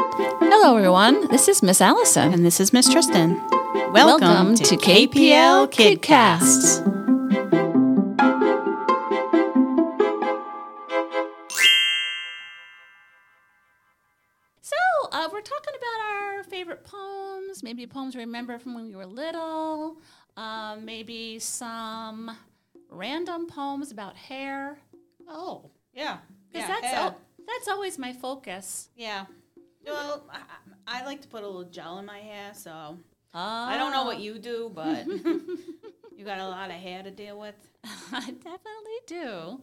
Hello, everyone. This is Miss Allison. And this is Miss Tristan. Welcome, Welcome to, to KPL KPL KidCast. So, uh, we're talking about our favorite poems, maybe poems we remember from when we were little, um, maybe some random poems about hair. Oh, yeah. Because that's, al- that's always my focus. yeah. Well, I, I like to put a little gel in my hair, so I don't know what you do, but you got a lot of hair to deal with. I definitely do.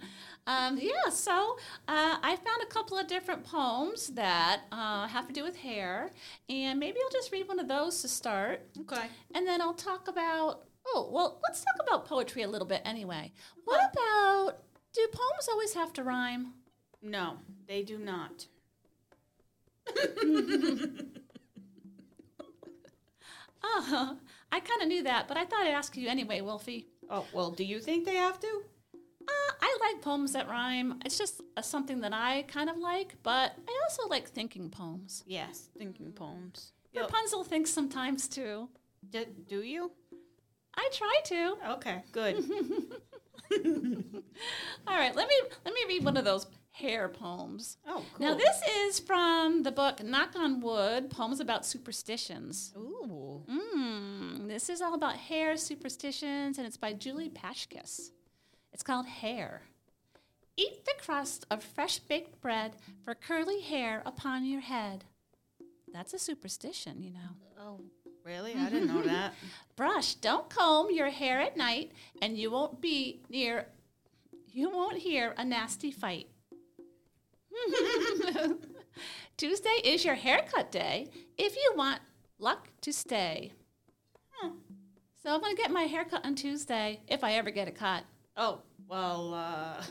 Um, yeah, so uh, I found a couple of different poems that uh, have to do with hair, and maybe I'll just read one of those to start, Okay. and then I'll talk about. Oh, well, let's talk about poetry a little bit anyway. What about do poems always have to rhyme? No, they do not. Oh, I kind of knew that, but I thought I'd ask you anyway, Wolfie. Oh, well, do you think they have to? Uh, I like poems that rhyme. It's just uh, something that I kind of like, but I also like thinking poems. Yes, thinking poems. Yo, Rapunzel thinks sometimes too. d- do you? I try to. Okay, good. All right, let me let me read one of those hair poems. Oh, cool. Now this is from the book Knock on Wood: Poems about Superstitions. Ooh. Mm, this is all about hair superstitions, and it's by Julie Pashkis. It's called Hair. Eat the crust of fresh baked bread for curly hair upon your head. That's a superstition, you know. Oh, really? I didn't know that. Brush, don't comb your hair at night, and you won't be near, you won't hear a nasty fight. Tuesday is your haircut day if you want luck to stay. Hmm. So I'm gonna get my haircut on Tuesday if I ever get it cut. Oh, well, uh,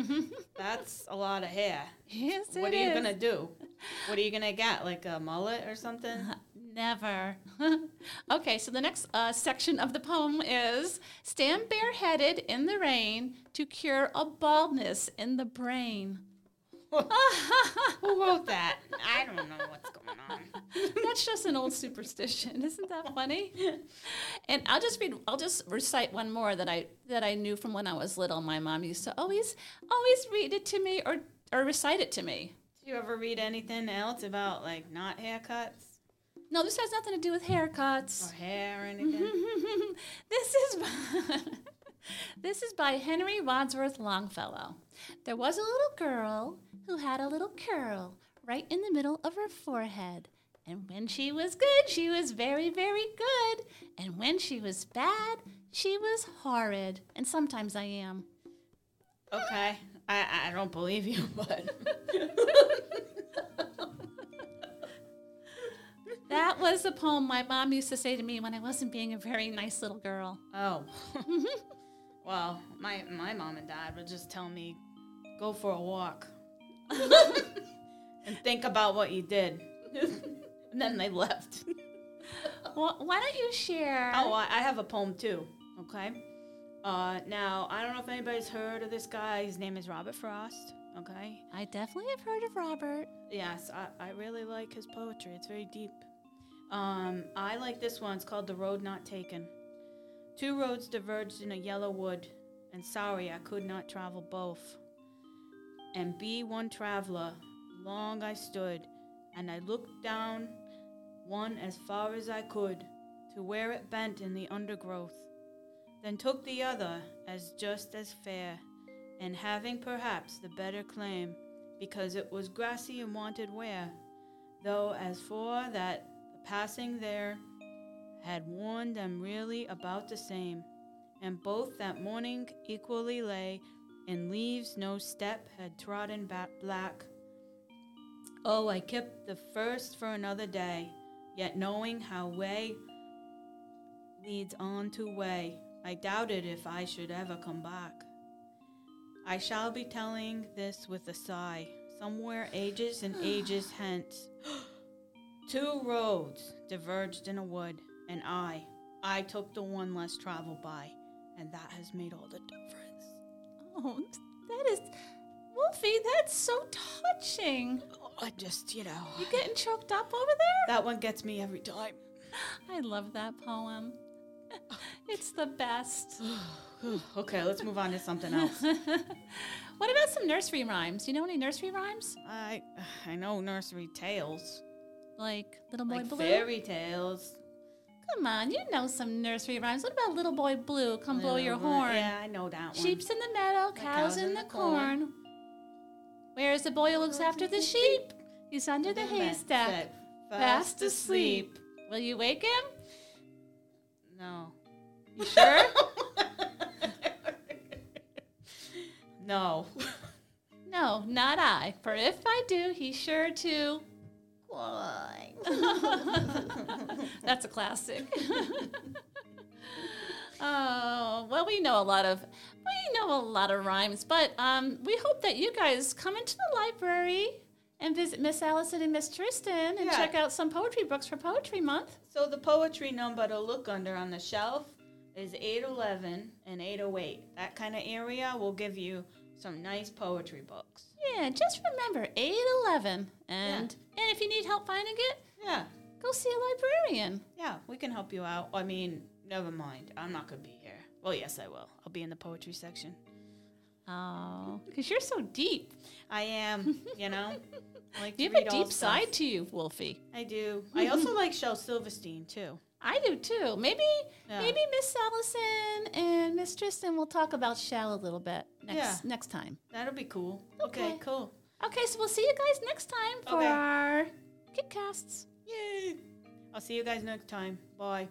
that's a lot of hair. Yes, what it are you is. gonna do? What are you gonna get? Like a mullet or something? Never. okay, so the next uh, section of the poem is Stand bareheaded in the rain to cure a baldness in the brain. Who wrote that? I don't know what's going on. That's just an old superstition, isn't that funny? And I'll just read. I'll just recite one more that I that I knew from when I was little. My mom used to always always read it to me or or recite it to me. Do you ever read anything else about like not haircuts No, this has nothing to do with haircuts. or hair or anything? this is by, this is by Henry Wadsworth Longfellow. There was a little girl who had a little curl right in the middle of her forehead. And when she was good, she was very, very good. And when she was bad, she was horrid. And sometimes I am. Okay, I I don't believe you, but That was the poem my mom used to say to me when I wasn't being a very nice little girl. oh, well, my my mom and dad would just tell me, go for a walk, and think about what you did, and then they left. Well, why don't you share? Oh, I, I have a poem too. Okay. Uh, now I don't know if anybody's heard of this guy. His name is Robert Frost. Okay. I definitely have heard of Robert. Yes, I, I really like his poetry. It's very deep. Um, I like this one. It's called The Road Not Taken. Two roads diverged in a yellow wood, and sorry I could not travel both. And be one traveler, long I stood, and I looked down one as far as I could to where it bent in the undergrowth. Then took the other as just as fair, and having perhaps the better claim, because it was grassy and wanted wear, though as for that the passing there had warned them really about the same, and both that morning equally lay in leaves no step had trodden ba- black. Oh, I kept the first for another day, yet knowing how way leads on to way, I doubted if I should ever come back. I shall be telling this with a sigh, somewhere ages and ages hence. Two roads diverged in a wood, and I, I took the one less traveled by, and that has made all the difference. Oh, that is, Wolfie, that's so touching. I just, you know, You getting choked up over there? that one gets me every time. I love that poem. it's the best. okay, let's move on to something else. What about some nursery rhymes? You know any nursery rhymes? I I know nursery tales, Like Little Boy like Blue? fairy tales. Come on, you know some nursery rhymes. What about Little Boy Blue? Come blow your Little- horn. Yeah, I know that one. Sheep's in the meadow, cows, in the corn. Where's the boy who looks after the sheep? He's under the haystack, fast asleep. Will you wake him? No. You sure? No. no, not I. For if I do, he's sure to. Why? That's a classic. oh well, we know a lot of we know a lot of rhymes, but um, we hope that you guys come into the library and visit Miss Allison and Miss Tristan and Yeah. check out some poetry books for Poetry Month. So the poetry number to look under on the shelf is 811 and 808. That kind of area will give you some nice poetry books. Yeah, just remember eight eleven, and and if you need help finding it, Yeah, go see a librarian. yeah, we can help you out. I mean, never mind. I'm not going to be here. Well, yes, I will. I'll be in the poetry section. Oh, because you're so deep. I am, you know. I like to You have a read all deep stuff. side to you, Wolfie. I do. I also like Shel Silverstein, too. I do too. Maybe Yeah. maybe Miss Allison and Miss Tristan will talk about Shell a little bit next Yeah. next time. That'll be cool. Okay, Okay. cool. Okay, so we'll see you guys next time for Okay. our KitCasts. Yay! I'll see you guys next time. Bye.